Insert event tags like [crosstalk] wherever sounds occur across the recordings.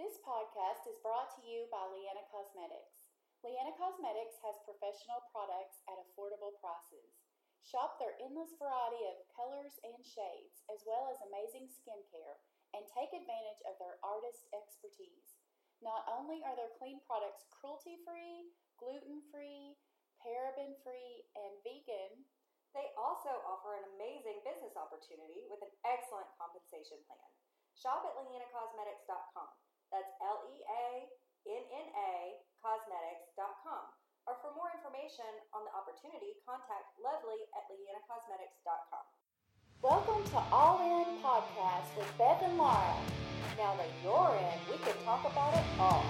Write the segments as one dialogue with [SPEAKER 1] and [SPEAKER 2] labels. [SPEAKER 1] podcast is brought to you by Leanna Cosmetics. Leanna Cosmetics has professional products at affordable prices. Shop their endless variety of colors and shades, as well as amazing skincare, and take advantage of their artist expertise. Not only are their clean products cruelty free, gluten free, paraben free, and vegan,
[SPEAKER 2] They also offer an amazing business opportunity with an excellent compensation plan. Shop at leannacosmetics.com. That's L E A N N A cosmetics.com. Or for more information on the opportunity, contact lovely at leannacosmetics.com.
[SPEAKER 1] Welcome to All In Podcast with Beth and Laura. Now that you're in, we can talk about it all.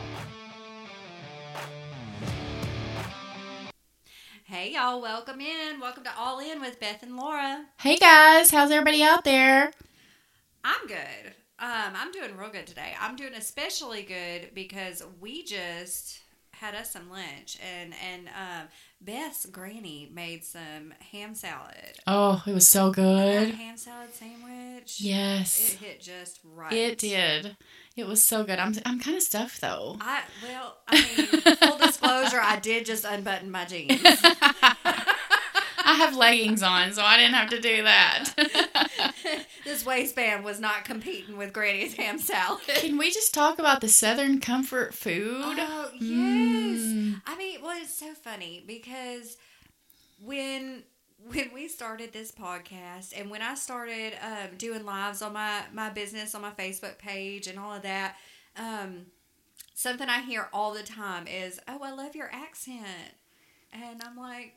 [SPEAKER 3] Hey y'all, welcome in. Welcome to All In with Beth and Laura.
[SPEAKER 4] Hey guys, how's everybody out there?
[SPEAKER 3] I'm good. Um, I'm doing real good today. I'm doing especially good because we just had us some lunch and and um, Beth's granny made some ham salad.
[SPEAKER 4] Oh, it was so
[SPEAKER 3] A
[SPEAKER 4] good.
[SPEAKER 3] ham salad sandwich. It
[SPEAKER 4] Yes,
[SPEAKER 3] hit just right.
[SPEAKER 4] it did. It was so good. I'm I'm kind of stuffed though.
[SPEAKER 3] I well, I mean, full disclosure, I did just unbutton my jeans.
[SPEAKER 4] [laughs] I have leggings on, so I didn't have to do that.
[SPEAKER 3] this waistband was not competing with Granny's ham salad.
[SPEAKER 4] [laughs] Can we just talk about the Southern comfort [laughs] food?
[SPEAKER 3] Oh, yes.
[SPEAKER 4] Mm.
[SPEAKER 3] I mean, well, it's so funny because when when we started this podcast and when I started um, doing lives on my my business on my Facebook page and all of that, um, something I hear all the time is, "Oh, I love your accent," and I'm like,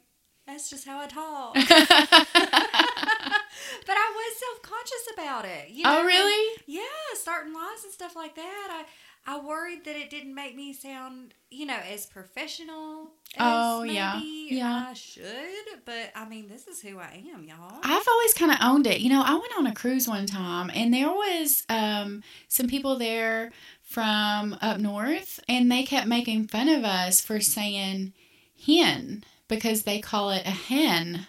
[SPEAKER 3] "That's just how I
[SPEAKER 4] [laughs]
[SPEAKER 3] talk."
[SPEAKER 4] Oh,
[SPEAKER 3] but I was self conscious about it. You know?
[SPEAKER 4] Oh,
[SPEAKER 3] and-
[SPEAKER 4] really?
[SPEAKER 3] yeah, starting lives and stuff like that. I I worried that it didn't make me sound, you know, as professional as
[SPEAKER 4] Oh,
[SPEAKER 3] maybe
[SPEAKER 4] yeah. Yeah.
[SPEAKER 3] I should. But I mean, this is who I am, y'all.
[SPEAKER 4] I've always kind of owned it. You know, I went on a cruise one time and there was um, some people there from up north and they kept making fun of us for saying hen because they call it a hen.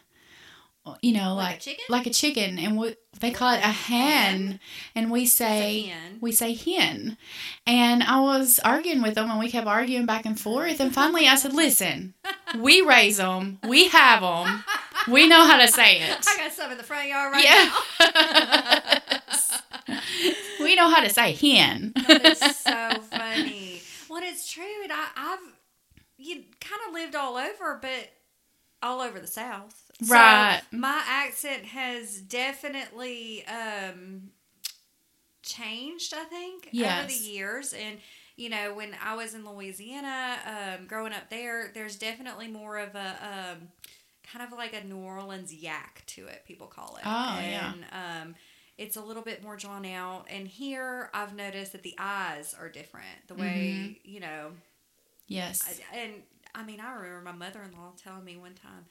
[SPEAKER 4] You know,
[SPEAKER 3] Like a
[SPEAKER 4] like,
[SPEAKER 3] chicken?
[SPEAKER 4] like a chicken and we, they call it a hen and we say
[SPEAKER 3] hen.
[SPEAKER 4] we say hen. And I was arguing with them and we kept arguing back and forth and finally I said, "Listen, we raise them. We have them. We know how to say it."
[SPEAKER 3] I got some in the front yard right
[SPEAKER 4] Yes. [laughs] we know how to say hen.
[SPEAKER 3] now. That is
[SPEAKER 4] [laughs]
[SPEAKER 3] so funny. Well, it's true, and I, I've you kind of lived all over, but all over the South, So
[SPEAKER 4] Right.
[SPEAKER 3] my accent has definitely um, changed. I think over the
[SPEAKER 4] Yes.
[SPEAKER 3] years, and you know, when I was in Louisiana, um, growing up there, there's definitely more of a um, kind of like a New Orleans yak to it. People call it.
[SPEAKER 4] Oh, yeah.
[SPEAKER 3] and, yeah. Um, it's a little bit more drawn out, and here I've noticed that the eyes are different. The way
[SPEAKER 4] Mm-hmm.
[SPEAKER 3] you know
[SPEAKER 4] Yes.
[SPEAKER 3] I- and I mean, I remember my mother in law telling me one time,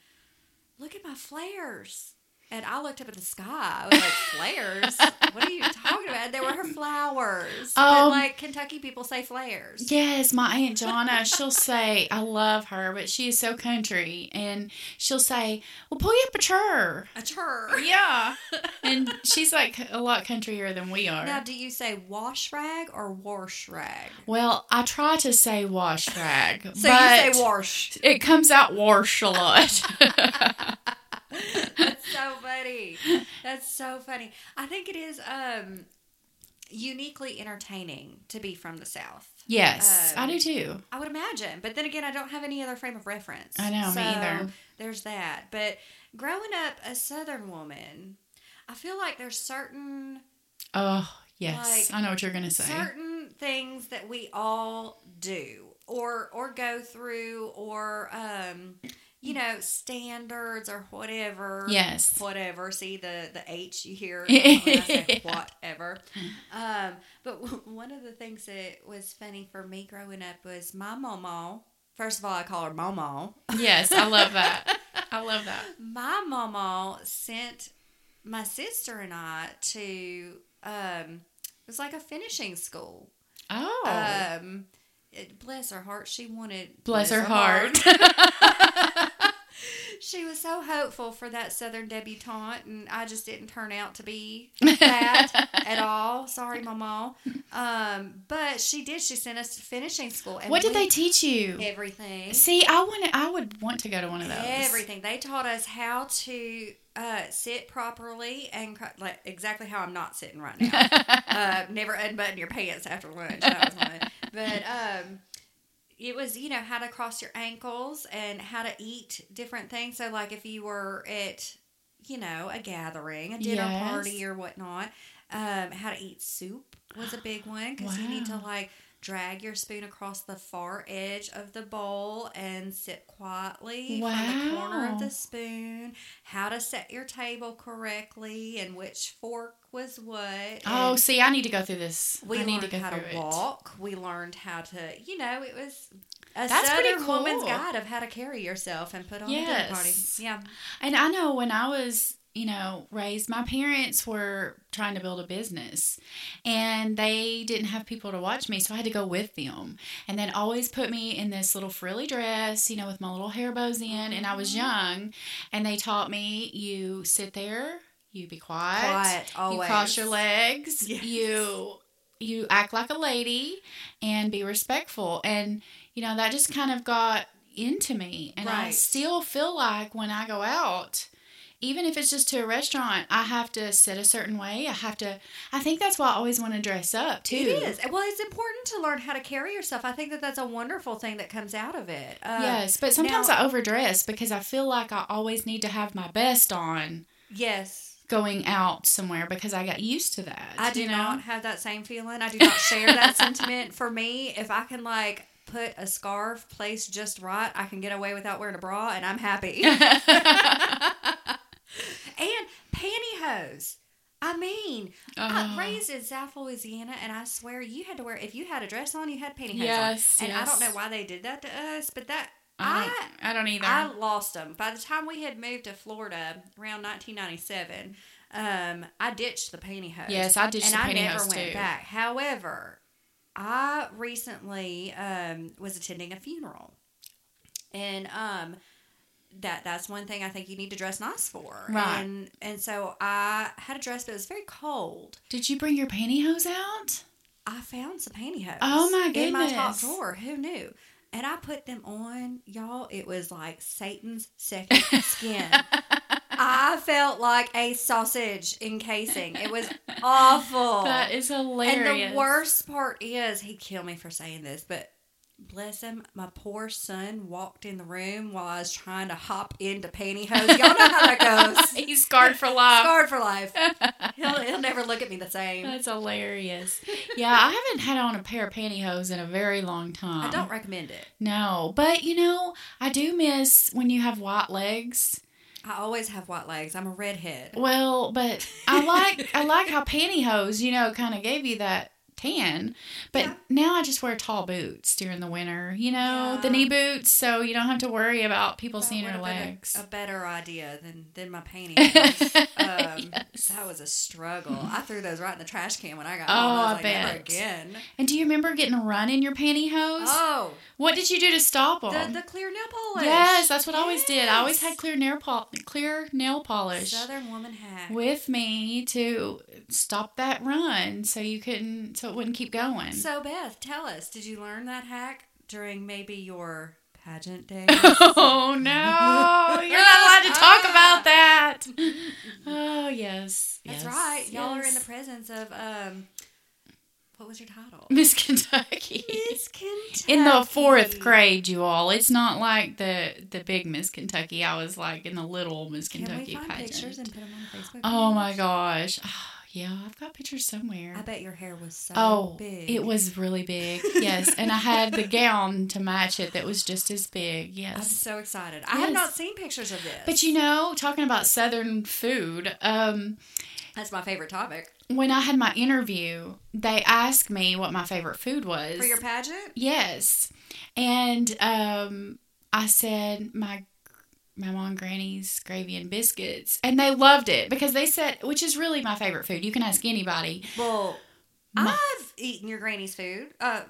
[SPEAKER 3] "Look at my flares." And I looked up at the sky. I was like, "Flares? what are you talking about?" They were her flowers. but
[SPEAKER 4] Um,
[SPEAKER 3] like Kentucky people say flares.
[SPEAKER 4] Yes, my aunt Jonna, she'll say, I love her, but she is so country, and she'll say, "Well, pull you up a chair."
[SPEAKER 3] A chur.
[SPEAKER 4] Yeah, and she's like a lot countrier than we are.
[SPEAKER 3] Now, do you say wash rag or wash rag?
[SPEAKER 4] well, I try to say wash rag,
[SPEAKER 3] [laughs] So
[SPEAKER 4] but
[SPEAKER 3] you say Oh. wash.
[SPEAKER 4] it comes out wash
[SPEAKER 3] [laughs]
[SPEAKER 4] a lot.
[SPEAKER 3] That's so funny. That's so funny. I think it is um, uniquely entertaining to be from the South.
[SPEAKER 4] yes,
[SPEAKER 3] Um,
[SPEAKER 4] I do too.
[SPEAKER 3] I would imagine. But then again, I don't have any other frame of reference.
[SPEAKER 4] I know, me either.
[SPEAKER 3] There's that. But growing up a Southern woman, I feel like there's certain
[SPEAKER 4] Oh, yes,
[SPEAKER 3] Like,
[SPEAKER 4] I know what you're gonna say.
[SPEAKER 3] certain things that we all do or or go through or um you know standards or whatever.
[SPEAKER 4] Yes.
[SPEAKER 3] Whatever. See the the H you
[SPEAKER 4] [laughs]
[SPEAKER 3] hear when I say whatever. Um, but w- one of the things that was funny for me growing up was my mama. First of all, I call her mama.
[SPEAKER 4] Yes, I
[SPEAKER 3] [laughs]
[SPEAKER 4] love that. I love that.
[SPEAKER 3] my mama sent my sister and I to um it was like a finishing school.
[SPEAKER 4] Oh,
[SPEAKER 3] Um it- bless her heart, she wanted
[SPEAKER 4] [laughs] bless her heart.
[SPEAKER 3] she was so hopeful for that Southern debutante, and I just didn't turn out to
[SPEAKER 4] [laughs]
[SPEAKER 3] be that at all. Sorry, Mama. Um, but she did. She sent us to finishing school. And
[SPEAKER 4] [laughs] what did
[SPEAKER 3] we-
[SPEAKER 4] they teach you?
[SPEAKER 3] Everything.
[SPEAKER 4] See, I want I would want to go to one of those. [laughs]
[SPEAKER 3] Everything. They taught us how to uh, sit properly and cr- like exactly how I'm not sitting right now. [laughs] uh, never unbutton your pants after lunch. That was one. But um, it was you know how to cross your ankles and how to eat different things. So like if you were at you know a gathering, a dinner
[SPEAKER 4] Yes.
[SPEAKER 3] party or whatnot, um, how to eat soup was a big one because you need to
[SPEAKER 4] Wow.
[SPEAKER 3] like drag your spoon across the far edge of the bowl and sit quietly from the corner of
[SPEAKER 4] Wow.
[SPEAKER 3] the spoon. How to set your table correctly and which fork was what.
[SPEAKER 4] Oh,
[SPEAKER 3] and
[SPEAKER 4] see, I need to go through this.
[SPEAKER 3] we
[SPEAKER 4] I need
[SPEAKER 3] learned
[SPEAKER 4] to go
[SPEAKER 3] how
[SPEAKER 4] through
[SPEAKER 3] to
[SPEAKER 4] it.
[SPEAKER 3] walk. We learned how to, you know, it was a
[SPEAKER 4] That's pretty
[SPEAKER 3] Southern woman's
[SPEAKER 4] cool.
[SPEAKER 3] guide of how to carry yourself and put on a dinner party.
[SPEAKER 4] Yes.
[SPEAKER 3] Yeah,
[SPEAKER 4] And I know when I was, you know, raised, my parents were trying to build a business and they didn't have people to watch me. So I had to go with them. And they'd always put me in this little frilly dress, you know, with my little hair bows in. And I was young. And they taught me you sit there, you be quiet,
[SPEAKER 3] quiet always.
[SPEAKER 4] you cross your legs,
[SPEAKER 3] Yes.
[SPEAKER 4] you. You act like a lady and be respectful. And, you know, that just kind of got into me. And I
[SPEAKER 3] Right.
[SPEAKER 4] still feel like when I go out, even if it's just to a restaurant, I have to sit a certain way. I have to, I think that's why I always want to dress up too.
[SPEAKER 3] It is. Well, it's important to learn how to carry yourself. I think that that's a wonderful thing that comes out of it. Uh,
[SPEAKER 4] yes, but sometimes
[SPEAKER 3] now-
[SPEAKER 4] I overdress because I feel like I always need to have my best on
[SPEAKER 3] Yes.
[SPEAKER 4] going out somewhere because I got used to that.
[SPEAKER 3] I do
[SPEAKER 4] you know?
[SPEAKER 3] not
[SPEAKER 4] [laughs]
[SPEAKER 3] have that same feeling. I do not share that sentiment. For me, if I can like put a scarf placed just right, I can get away without wearing a bra and I'm
[SPEAKER 4] [laughs]
[SPEAKER 3] happy. and pantyhose. I mean,
[SPEAKER 4] Oh.
[SPEAKER 3] I raised in South Louisiana, and I swear you had to wear if you had a dress on, you had pantyhose
[SPEAKER 4] Yes,
[SPEAKER 3] on. And I don't
[SPEAKER 4] yes.
[SPEAKER 3] know why they did that to us, but that
[SPEAKER 4] I
[SPEAKER 3] I
[SPEAKER 4] don't, I don't either.
[SPEAKER 3] I lost them. By the time we had moved to Florida around 1997, um, I ditched the pantyhose.
[SPEAKER 4] Yes, I ditched
[SPEAKER 3] and
[SPEAKER 4] the
[SPEAKER 3] I never
[SPEAKER 4] pantyhose,
[SPEAKER 3] went
[SPEAKER 4] too.
[SPEAKER 3] back. However, I recently um, was attending a funeral, and um, that that's one thing I think you need to dress nice for.
[SPEAKER 4] Right.
[SPEAKER 3] And and so I had a dress, but it was very cold.
[SPEAKER 4] Did you bring your pantyhose out?
[SPEAKER 3] I found some pantyhose.
[SPEAKER 4] Oh, my
[SPEAKER 3] In my top
[SPEAKER 4] goodness.
[SPEAKER 3] drawer. Who knew? And I put them on, y'all. It was like Satan's second
[SPEAKER 4] [laughs]
[SPEAKER 3] skin. I felt like a sausage encasing. It was awful.
[SPEAKER 4] [laughs] That is hilarious.
[SPEAKER 3] And the worst part is, he killed me for saying this, but bless him, my poor son walked in the room while I was trying to hop into pantyhose. Y'all know how
[SPEAKER 4] [laughs]
[SPEAKER 3] that goes.
[SPEAKER 4] He's scarred for life.
[SPEAKER 3] Scarred for
[SPEAKER 4] [laughs]
[SPEAKER 3] life. He'll, he'll never look at me the same.
[SPEAKER 4] That's [laughs] hilarious. Yeah, I haven't had on a pair of pantyhose in a very long time.
[SPEAKER 3] I don't recommend it.
[SPEAKER 4] No, but you know, I do miss when you have white legs.
[SPEAKER 3] I always have white legs. I'm a redhead.
[SPEAKER 4] Well, but I like I like how pantyhose, you know, kind of gave you that tan. But
[SPEAKER 3] Yeah.
[SPEAKER 4] now I just wear tall boots during the winter, you know, the
[SPEAKER 3] Yeah.
[SPEAKER 4] knee boots, so you don't have to worry about people
[SPEAKER 3] That
[SPEAKER 4] seeing your
[SPEAKER 3] would've been a-
[SPEAKER 4] legs.
[SPEAKER 3] A, better idea than than my
[SPEAKER 4] [laughs]
[SPEAKER 3] pantyhose. um,
[SPEAKER 4] Yes.
[SPEAKER 3] That was a struggle. I threw those right in the trash can when I got
[SPEAKER 4] Oh,
[SPEAKER 3] home. I, was
[SPEAKER 4] I
[SPEAKER 3] like, never
[SPEAKER 4] bet.
[SPEAKER 3] again.
[SPEAKER 4] And do you remember getting a run in your pantyhose?
[SPEAKER 3] Oh,
[SPEAKER 4] What did you do to stop
[SPEAKER 3] the,
[SPEAKER 4] them?
[SPEAKER 3] the clear nail polish.
[SPEAKER 4] Yes, that's what I always did. I always
[SPEAKER 3] Yes.
[SPEAKER 4] had clear nail pol- clear nail polish
[SPEAKER 3] Southern woman hack.
[SPEAKER 4] with me to stop that run, so you couldn't, so it wouldn't keep going. [laughs]
[SPEAKER 3] so Beth, tell us, did you learn that hack during maybe your pageant
[SPEAKER 4] [laughs]
[SPEAKER 3] days?
[SPEAKER 4] oh no, you're not allowed to
[SPEAKER 3] [laughs]
[SPEAKER 4] talk about that. Oh yes,
[SPEAKER 3] That's
[SPEAKER 4] yes,
[SPEAKER 3] right. Y'all are in the
[SPEAKER 4] yes.
[SPEAKER 3] presence of um, what was your title?
[SPEAKER 4] Miss Kentucky.
[SPEAKER 3] [laughs] Miss Kentucky.
[SPEAKER 4] Mm. In the fourth grade, you all. It's not like the the big Miss Kentucky. I was like in the little Miss
[SPEAKER 3] Can
[SPEAKER 4] Kentucky
[SPEAKER 3] we find
[SPEAKER 4] pageant.
[SPEAKER 3] pictures and put them on Facebook?
[SPEAKER 4] Oh
[SPEAKER 3] page?
[SPEAKER 4] my gosh. Ah, yeah, I've got pictures somewhere.
[SPEAKER 3] I bet your hair was so
[SPEAKER 4] Oh,
[SPEAKER 3] big.
[SPEAKER 4] it was really big. Yes, and I had the gown to match it that was just as big.
[SPEAKER 3] I'm
[SPEAKER 4] Yes.
[SPEAKER 3] so excited. I have not
[SPEAKER 4] Yes.
[SPEAKER 3] seen pictures of this.
[SPEAKER 4] But you know, talking about southern food, um
[SPEAKER 3] that's my favorite topic
[SPEAKER 4] when I had my interview, they asked me what my favorite food was.
[SPEAKER 3] for your pageant.
[SPEAKER 4] yes. And um I said my my mom and granny's gravy and biscuits and they loved it because they said which is really my favorite food. You can ask anybody.
[SPEAKER 3] Well,
[SPEAKER 4] My-
[SPEAKER 3] I've eaten your granny's food. Uh,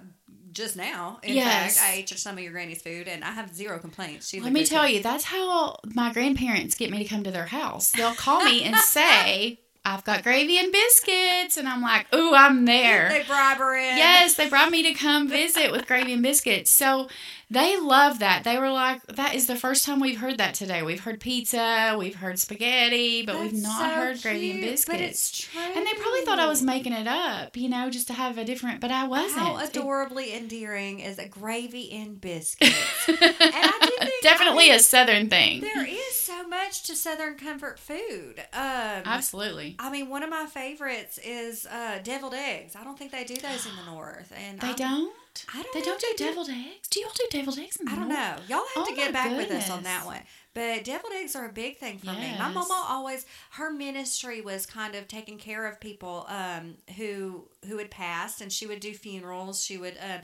[SPEAKER 3] just now. In
[SPEAKER 4] Yes.
[SPEAKER 3] fact, I ate some of your granny's food and I have zero complaints. She's a
[SPEAKER 4] Let me
[SPEAKER 3] good
[SPEAKER 4] tell
[SPEAKER 3] cook.
[SPEAKER 4] you, that's how my grandparents get me to come to their house.
[SPEAKER 3] [laughs]
[SPEAKER 4] They'll call me and say, I've got gravy and biscuits. And I'm like, ooh, I'm there.
[SPEAKER 3] They bribe her in.
[SPEAKER 4] Yes, they brought me to come visit with gravy and biscuits. So they love that. They were like, that is the first time we've heard that today. We've heard pizza, we've heard spaghetti, but we've
[SPEAKER 3] That's
[SPEAKER 4] not
[SPEAKER 3] so
[SPEAKER 4] heard gravy and
[SPEAKER 3] cute,
[SPEAKER 4] biscuits.
[SPEAKER 3] But it's true.
[SPEAKER 4] and they probably thought I was making it up, you know, just to have a different, but I wasn't.
[SPEAKER 3] How
[SPEAKER 4] It-
[SPEAKER 3] adorably endearing is a gravy and biscuits.
[SPEAKER 4] [laughs]
[SPEAKER 3] I do think-
[SPEAKER 4] Definitely
[SPEAKER 3] I
[SPEAKER 4] a southern thing.
[SPEAKER 3] there is so much to Southern comfort food. Um,
[SPEAKER 4] Absolutely.
[SPEAKER 3] I mean, one of my favorites is uh, deviled eggs. I don't think they do those
[SPEAKER 4] [gasps]
[SPEAKER 3] in the north, and
[SPEAKER 4] They
[SPEAKER 3] I,
[SPEAKER 4] don't?
[SPEAKER 3] I don't.
[SPEAKER 4] They
[SPEAKER 3] know
[SPEAKER 4] don't
[SPEAKER 3] if
[SPEAKER 4] do
[SPEAKER 3] they
[SPEAKER 4] deviled eggs? Do y'all do deviled eggs? In the
[SPEAKER 3] I don't
[SPEAKER 4] north?
[SPEAKER 3] know. Y'all have
[SPEAKER 4] Oh
[SPEAKER 3] to get
[SPEAKER 4] my
[SPEAKER 3] back with us on
[SPEAKER 4] goodness.
[SPEAKER 3] that one. But deviled eggs are a big thing for me. My
[SPEAKER 4] Yes.
[SPEAKER 3] mama always her ministry was kind of taking care of people um, who who had passed, and she would do funerals. She would um,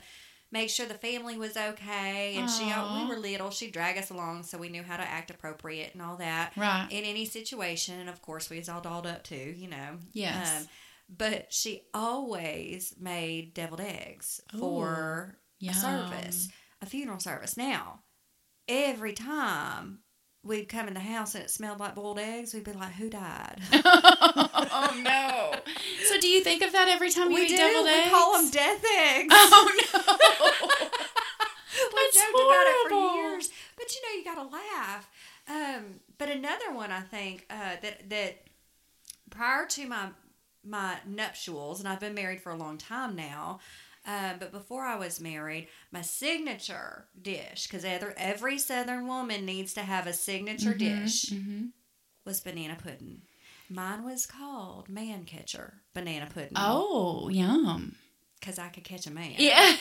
[SPEAKER 3] make sure the family was okay, and she
[SPEAKER 4] Aw.
[SPEAKER 3] we were little. She'd drag us along, so we knew how to act appropriate and all that
[SPEAKER 4] Right.
[SPEAKER 3] in any situation. And of course, we was all dolled up too, you know. um,
[SPEAKER 4] Yes.
[SPEAKER 3] but she always made deviled eggs for
[SPEAKER 4] Yum.
[SPEAKER 3] a
[SPEAKER 4] [laughs]
[SPEAKER 3] service, a funeral service. Now, every time we'd come in the house and it smelled like boiled eggs, we'd be like, "Who died?"
[SPEAKER 4] oh no! So do you think of that every time you
[SPEAKER 3] we
[SPEAKER 4] eat
[SPEAKER 3] do.
[SPEAKER 4] deviled
[SPEAKER 3] we
[SPEAKER 4] eggs?
[SPEAKER 3] call
[SPEAKER 4] [laughs]
[SPEAKER 3] them death eggs.
[SPEAKER 4] Oh no! [laughs]
[SPEAKER 3] we
[SPEAKER 4] That's
[SPEAKER 3] joked about it
[SPEAKER 4] horrible.
[SPEAKER 3] for years. But you know, you got to laugh. Um, but another one, I think uh, that that prior to my my nuptials, and I've been married for a long time now. Uh, but before I was married, my signature dish, because every Southern woman needs to have a signature dish,
[SPEAKER 4] hmm
[SPEAKER 3] was banana pudding. Mine was called man catcher banana pudding.
[SPEAKER 4] Oh, yum!
[SPEAKER 3] because I could catch a man.
[SPEAKER 4] Yeah.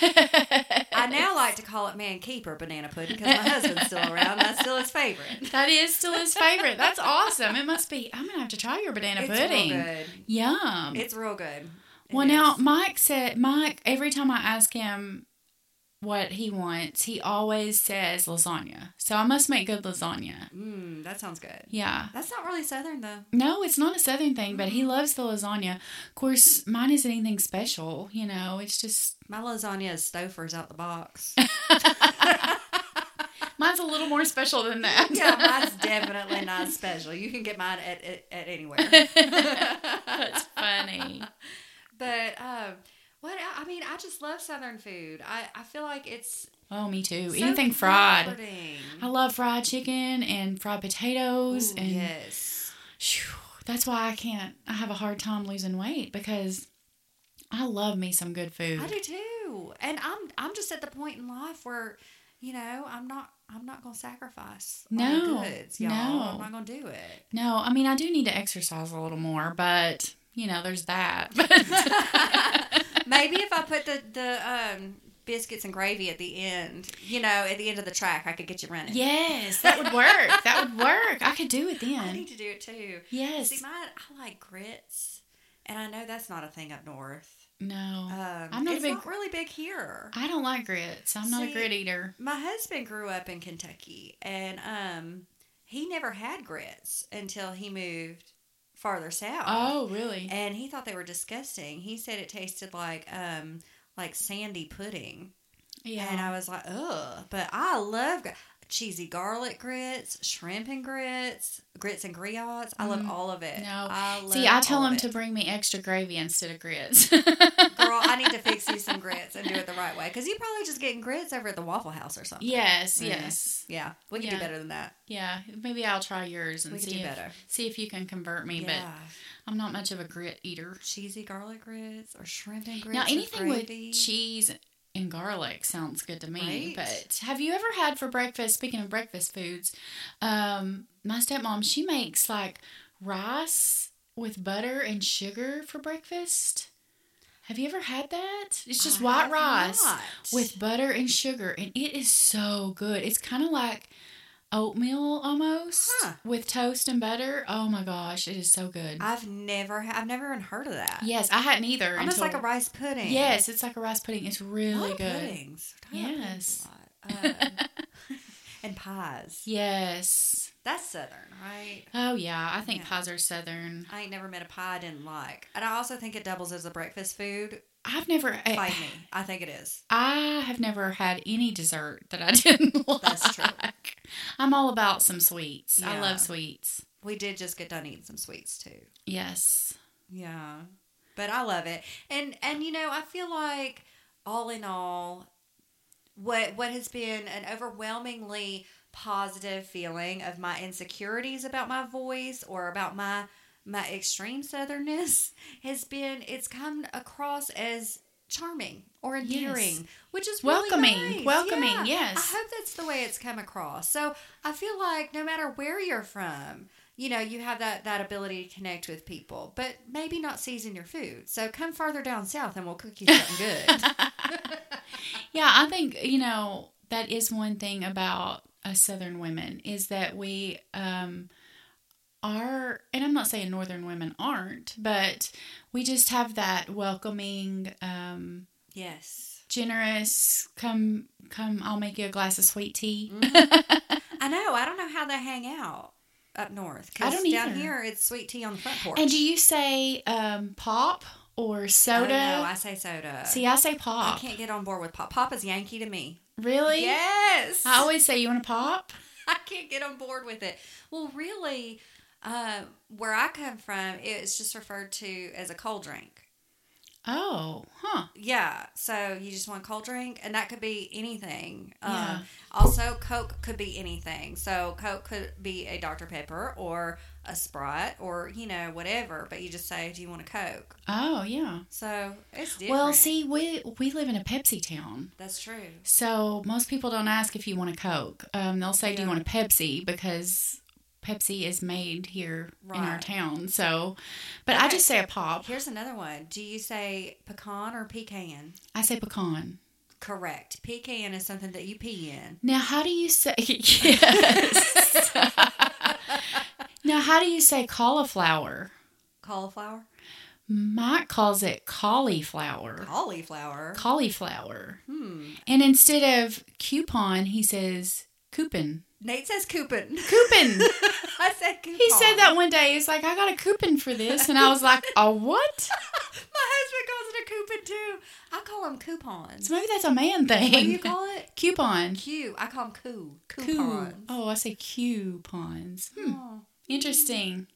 [SPEAKER 3] I now like to call it man keeper banana pudding because my husband's still around. That's still his favorite.
[SPEAKER 4] [laughs] that is still his favorite. That's awesome. It must be. I'm gonna have to try your banana
[SPEAKER 3] it's
[SPEAKER 4] pudding.
[SPEAKER 3] real good.
[SPEAKER 4] Yum.
[SPEAKER 3] It's real good. It
[SPEAKER 4] well, now
[SPEAKER 3] is.
[SPEAKER 4] Mike said. Mike, every time I ask him what he wants, he always says lasagna. So I must make good lasagna.
[SPEAKER 3] mm, that sounds good.
[SPEAKER 4] Yeah.
[SPEAKER 3] That's not really southern though.
[SPEAKER 4] No, it's not a southern thing, but
[SPEAKER 3] Mm-hmm.
[SPEAKER 4] he loves the lasagna. Of course, mine isn't anything special, you know. It's just
[SPEAKER 3] My lasagna is Stouffer's out the
[SPEAKER 4] [laughs]
[SPEAKER 3] box.
[SPEAKER 4] mine's a little more special than that.
[SPEAKER 3] yeah, mine's definitely not special. You can get mine at at, at
[SPEAKER 4] [laughs]
[SPEAKER 3] anywhere. [laughs]
[SPEAKER 4] That's funny.
[SPEAKER 3] But um, what el- I mean, I just love southern food. I I feel like it's
[SPEAKER 4] Oh, me too.
[SPEAKER 3] so
[SPEAKER 4] anything fried.
[SPEAKER 3] comforting.
[SPEAKER 4] I love fried chicken and fried potatoes
[SPEAKER 3] Ooh,
[SPEAKER 4] and
[SPEAKER 3] yes.
[SPEAKER 4] Phew, that's why I can't I have a hard time losing weight because I love me some good food.
[SPEAKER 3] I do too. And I'm I'm just at the point in life where, you know, I'm not I'm not gonna sacrifice all the
[SPEAKER 4] No,
[SPEAKER 3] goods, y'all.
[SPEAKER 4] no.
[SPEAKER 3] I'm not gonna do it.
[SPEAKER 4] No, I mean I do need to exercise a little more, but you know,
[SPEAKER 3] [laughs]
[SPEAKER 4] there's that.
[SPEAKER 3] Maybe if I put the the um, biscuits and gravy at the end, you know, at the end of the track, I could get you running.
[SPEAKER 4] [laughs] Yes, that would work. that would work. I could do it
[SPEAKER 3] I
[SPEAKER 4] then.
[SPEAKER 3] need to do it too.
[SPEAKER 4] Yes.
[SPEAKER 3] See, mine I like grits, and I know that's not a thing up north.
[SPEAKER 4] No.
[SPEAKER 3] Um,
[SPEAKER 4] Oh, I'm not a
[SPEAKER 3] it's
[SPEAKER 4] big-
[SPEAKER 3] not really big here.
[SPEAKER 4] I don't like grits. I'm not a
[SPEAKER 3] See-
[SPEAKER 4] grit eater.
[SPEAKER 3] my husband grew up in Kentucky, and um, he never had grits until he moved farther south.
[SPEAKER 4] Oh, really?
[SPEAKER 3] Uh, and he thought they were disgusting. He said it tasted like um, like sandy pudding, and
[SPEAKER 4] Yeah.
[SPEAKER 3] I was like, ugh. But I love gr- cheesy garlic grits, shrimp and grits, grits and griots. I love
[SPEAKER 4] Mm,
[SPEAKER 3] all of it.
[SPEAKER 4] no.
[SPEAKER 3] I love
[SPEAKER 4] See, I tell
[SPEAKER 3] all of
[SPEAKER 4] him to
[SPEAKER 3] it.
[SPEAKER 4] bring me extra gravy instead
[SPEAKER 3] [laughs]
[SPEAKER 4] of grits. [laughs]
[SPEAKER 3] Girl, I need to fix you some grits and do it the right way because you're probably just getting grits over at the Waffle House or something.
[SPEAKER 4] yes,
[SPEAKER 3] Yeah.
[SPEAKER 4] yes.
[SPEAKER 3] Yeah, we can
[SPEAKER 4] Yeah.
[SPEAKER 3] do better than that.
[SPEAKER 4] Yeah. Maybe I'll try yours and
[SPEAKER 3] We can
[SPEAKER 4] see
[SPEAKER 3] do
[SPEAKER 4] if,
[SPEAKER 3] better.
[SPEAKER 4] see if you can convert me,
[SPEAKER 3] Yeah.
[SPEAKER 4] but I'm not much of a grit eater.
[SPEAKER 3] Cheesy garlic grits or shrimp and grits.
[SPEAKER 4] Now,
[SPEAKER 3] with
[SPEAKER 4] anything with
[SPEAKER 3] gravy.
[SPEAKER 4] cheese and garlic sounds good to me.
[SPEAKER 3] Right?
[SPEAKER 4] But have you ever had for breakfast? Speaking of breakfast foods, um, my stepmom she makes like rice with butter and sugar for breakfast. Have you ever had that? It's just
[SPEAKER 3] I
[SPEAKER 4] white
[SPEAKER 3] have
[SPEAKER 4] rice
[SPEAKER 3] not.
[SPEAKER 4] with butter and sugar, and it is so good. It's kind of like oatmeal almost
[SPEAKER 3] Huh.
[SPEAKER 4] with toast and butter. Oh my gosh, it is so good.
[SPEAKER 3] I've never, ha- I've never even heard of that.
[SPEAKER 4] yes, I hadn't either.
[SPEAKER 3] almost
[SPEAKER 4] until-
[SPEAKER 3] like a rice pudding.
[SPEAKER 4] Yes, it's like a rice pudding. It's
[SPEAKER 3] A lot
[SPEAKER 4] really
[SPEAKER 3] of
[SPEAKER 4] good. [laughs]
[SPEAKER 3] puddings. We're talking about puddings a
[SPEAKER 4] Yes.
[SPEAKER 3] lot. Um, and pies.
[SPEAKER 4] Yes.
[SPEAKER 3] That's Southern, right?
[SPEAKER 4] Oh yeah, I think
[SPEAKER 3] Yeah.
[SPEAKER 4] pies are southern.
[SPEAKER 3] I ain't never met a pie I didn't like. And I also think it doubles as a breakfast food.
[SPEAKER 4] I've never
[SPEAKER 3] Fight
[SPEAKER 4] I, [laughs]
[SPEAKER 3] me. I think it is.
[SPEAKER 4] I have never had any dessert that I [laughs] didn't like.
[SPEAKER 3] That's true.
[SPEAKER 4] I'm all about some sweets. I
[SPEAKER 3] Yeah.
[SPEAKER 4] love sweets.
[SPEAKER 3] We did just get done eating some sweets too.
[SPEAKER 4] Yes.
[SPEAKER 3] Yeah. But I love it. And and you know, I feel like all in all what what has been an overwhelmingly positive feeling of my insecurities about my voice or about my my extreme southernness [laughs] has been it's come across as charming or endearing, which is really
[SPEAKER 4] Welcoming.
[SPEAKER 3] nice.
[SPEAKER 4] Welcoming,
[SPEAKER 3] Yeah.
[SPEAKER 4] yes.
[SPEAKER 3] I hope that's the way it's come across. So I feel like no matter where you're from, you know, you have that that ability to connect with people, but maybe not season your food. So come farther down south, and we'll cook you something good.
[SPEAKER 4] [laughs] Yeah, I think you know that is one thing about us Southern women is that we um, are, and I'm not saying Northern women aren't, but we just have that welcoming, um,
[SPEAKER 3] Yes.
[SPEAKER 4] generous. Come, come, I'll make you a glass of sweet tea.
[SPEAKER 3] [laughs] I know. I don't know how they hang out up north.
[SPEAKER 4] I
[SPEAKER 3] Because
[SPEAKER 4] don't
[SPEAKER 3] down
[SPEAKER 4] either.
[SPEAKER 3] here, it's sweet tea on the front porch.
[SPEAKER 4] And do you say um, pop or
[SPEAKER 3] Oh,
[SPEAKER 4] soda?
[SPEAKER 3] no, I say soda.
[SPEAKER 4] See, I say
[SPEAKER 3] I
[SPEAKER 4] pop.
[SPEAKER 3] can't get on board with pop. Pop is Yankee to me.
[SPEAKER 4] Really?
[SPEAKER 3] Yes.
[SPEAKER 4] I always say you want a pop.
[SPEAKER 3] [laughs] I can't get on board with it. Well, really, uh, where I come from, it's just referred to as a cold drink.
[SPEAKER 4] Oh, huh.
[SPEAKER 3] Yeah, so you just want a cold drink, and that could be anything. Um,
[SPEAKER 4] Yeah.
[SPEAKER 3] Also, Coke could be anything. So Coke could be a Dr Pepper or a Sprite or you know whatever. But you just say, "Do you want a Coke?"
[SPEAKER 4] Oh, yeah.
[SPEAKER 3] So it's different.
[SPEAKER 4] Well, see, we we live in a Pepsi town.
[SPEAKER 3] that's true.
[SPEAKER 4] So most people don't ask if you want a Coke. Um, they'll say, "Do you
[SPEAKER 3] Yeah.
[SPEAKER 4] want a Pepsi?" Because Pepsi is made here in our
[SPEAKER 3] Right.
[SPEAKER 4] town. So, but I
[SPEAKER 3] Okay.
[SPEAKER 4] just say a pop.
[SPEAKER 3] Here's another one. Do you say pecan or pecan?
[SPEAKER 4] I say pecan.
[SPEAKER 3] Correct. Pecan is something that you pee in.
[SPEAKER 4] Now, how do you say? [laughs] Yes. [laughs] now, how do you say cauliflower?
[SPEAKER 3] Cauliflower.
[SPEAKER 4] Mike calls it cauliflower.
[SPEAKER 3] Cauliflower.
[SPEAKER 4] Cauliflower.
[SPEAKER 3] Hmm.
[SPEAKER 4] And instead of coupon, he says coupon.
[SPEAKER 3] Nate says
[SPEAKER 4] [laughs]
[SPEAKER 3] coupon.
[SPEAKER 4] Coupon.
[SPEAKER 3] I said coupon.
[SPEAKER 4] He said that one day. He's like, I got a coupon for this. And I was like, a what?
[SPEAKER 3] [laughs] My husband calls it a coupon too. I call them coupons.
[SPEAKER 4] So maybe that's a man thing.
[SPEAKER 3] What do you call it?
[SPEAKER 4] coupon.
[SPEAKER 3] Q. I call them coup.
[SPEAKER 4] Coupons.
[SPEAKER 3] Coupons.
[SPEAKER 4] Oh, I say coupons. Hmm.
[SPEAKER 3] Oh.
[SPEAKER 4] Interesting.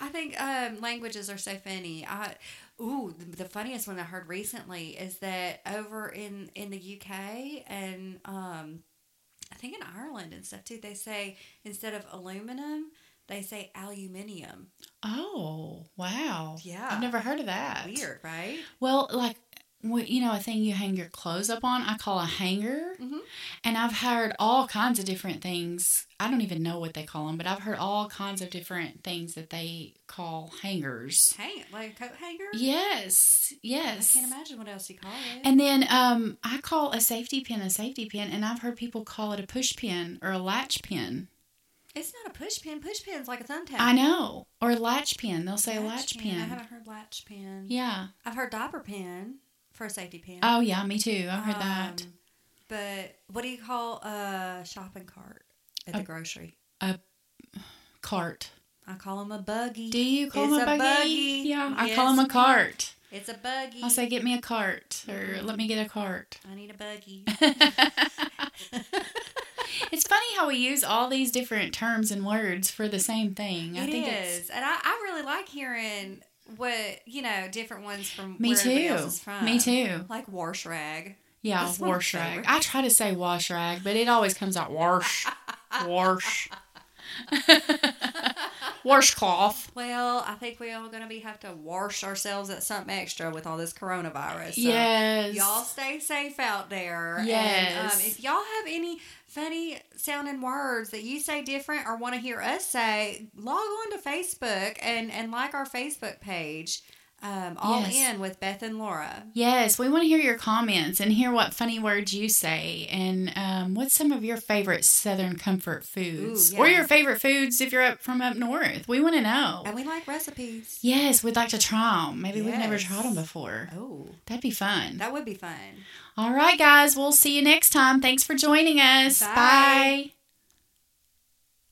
[SPEAKER 3] I think um, languages are so funny. I ooh, the, the funniest one I heard recently is that over in in the UK and um, I think in Ireland and stuff too, they say instead of aluminum, they say aluminium.
[SPEAKER 4] Oh, wow.
[SPEAKER 3] Yeah.
[SPEAKER 4] I've never heard of that.
[SPEAKER 3] Weird, right?
[SPEAKER 4] Well, like, wh- you know, a thing you hang your clothes up on, I call a hanger.
[SPEAKER 3] Mhm.
[SPEAKER 4] And I've heard all kinds of different things. I don't even know what they call them, but I've heard all kinds of different things that they call hangers.
[SPEAKER 3] Hang like a coat hanger.
[SPEAKER 4] Yes, yes.
[SPEAKER 3] I can't imagine what else you call it.
[SPEAKER 4] And then um, I call a safety pin a safety pin, and I've heard people call it a push pin or a latch pin.
[SPEAKER 3] it's not a push pin. Push pin's like a thumbtack.
[SPEAKER 4] I know, or a latch pin. They'll say latch, pin.
[SPEAKER 3] I haven't heard latch pin.
[SPEAKER 4] Yeah.
[SPEAKER 3] I've heard diaper pin for a safety pin.
[SPEAKER 4] Oh yeah, me too. I've heard that.
[SPEAKER 3] Um, But what do you call a shopping cart at
[SPEAKER 4] A-
[SPEAKER 3] the grocery?
[SPEAKER 4] Cart.
[SPEAKER 3] I call them a buggy.
[SPEAKER 4] Do you call
[SPEAKER 3] It's
[SPEAKER 4] them a
[SPEAKER 3] a
[SPEAKER 4] buggy?
[SPEAKER 3] buggy.
[SPEAKER 4] Yeah, I
[SPEAKER 3] Yes,
[SPEAKER 4] call them a
[SPEAKER 3] ma'am.
[SPEAKER 4] cart.
[SPEAKER 3] it's a buggy.
[SPEAKER 4] I'll say, get me a cart, or
[SPEAKER 3] Mm-hmm.
[SPEAKER 4] let me get a
[SPEAKER 3] [laughs]
[SPEAKER 4] cart.
[SPEAKER 3] I need a
[SPEAKER 4] [laughs]
[SPEAKER 3] buggy.
[SPEAKER 4] It's funny how we use all these different terms and words for the same thing. I
[SPEAKER 3] It
[SPEAKER 4] think it's
[SPEAKER 3] is, and I, I really like hearing what you know different ones from
[SPEAKER 4] me
[SPEAKER 3] where everybody else
[SPEAKER 4] too.
[SPEAKER 3] is from.
[SPEAKER 4] Me too.
[SPEAKER 3] Like wash rag.
[SPEAKER 4] Yeah,
[SPEAKER 3] That's my
[SPEAKER 4] wash rag.
[SPEAKER 3] favorite.
[SPEAKER 4] I try to say wash rag, but it always comes
[SPEAKER 3] [laughs]
[SPEAKER 4] out wash, wash, [laughs] washcloth.
[SPEAKER 3] Well, I think we all gonna be have to wash ourselves at something extra with all this coronavirus. So
[SPEAKER 4] yes.
[SPEAKER 3] Y'all stay safe out there.
[SPEAKER 4] Yes.
[SPEAKER 3] And, um, if y'all have any funny sounding words that you say different or want to hear us say, log on to Facebook and, and like our Facebook page, um, All
[SPEAKER 4] Yes.
[SPEAKER 3] In with Beth and Laura.
[SPEAKER 4] Yes, we want to hear your comments and hear what funny words you say and um, what's some of your favorite Southern comfort foods
[SPEAKER 3] Ooh,
[SPEAKER 4] or
[SPEAKER 3] yeah. Um,
[SPEAKER 4] your favorite foods if you're up from up north. We want to know.
[SPEAKER 3] And we like recipes.
[SPEAKER 4] Yes, we'd like to try them. Maybe we've never
[SPEAKER 3] Yes.
[SPEAKER 4] tried them before.
[SPEAKER 3] Oh,
[SPEAKER 4] That'd be fun.
[SPEAKER 3] that would be fun.
[SPEAKER 4] All right, guys, we'll see you next time. Thanks for joining us.
[SPEAKER 3] Bye.
[SPEAKER 4] Bye.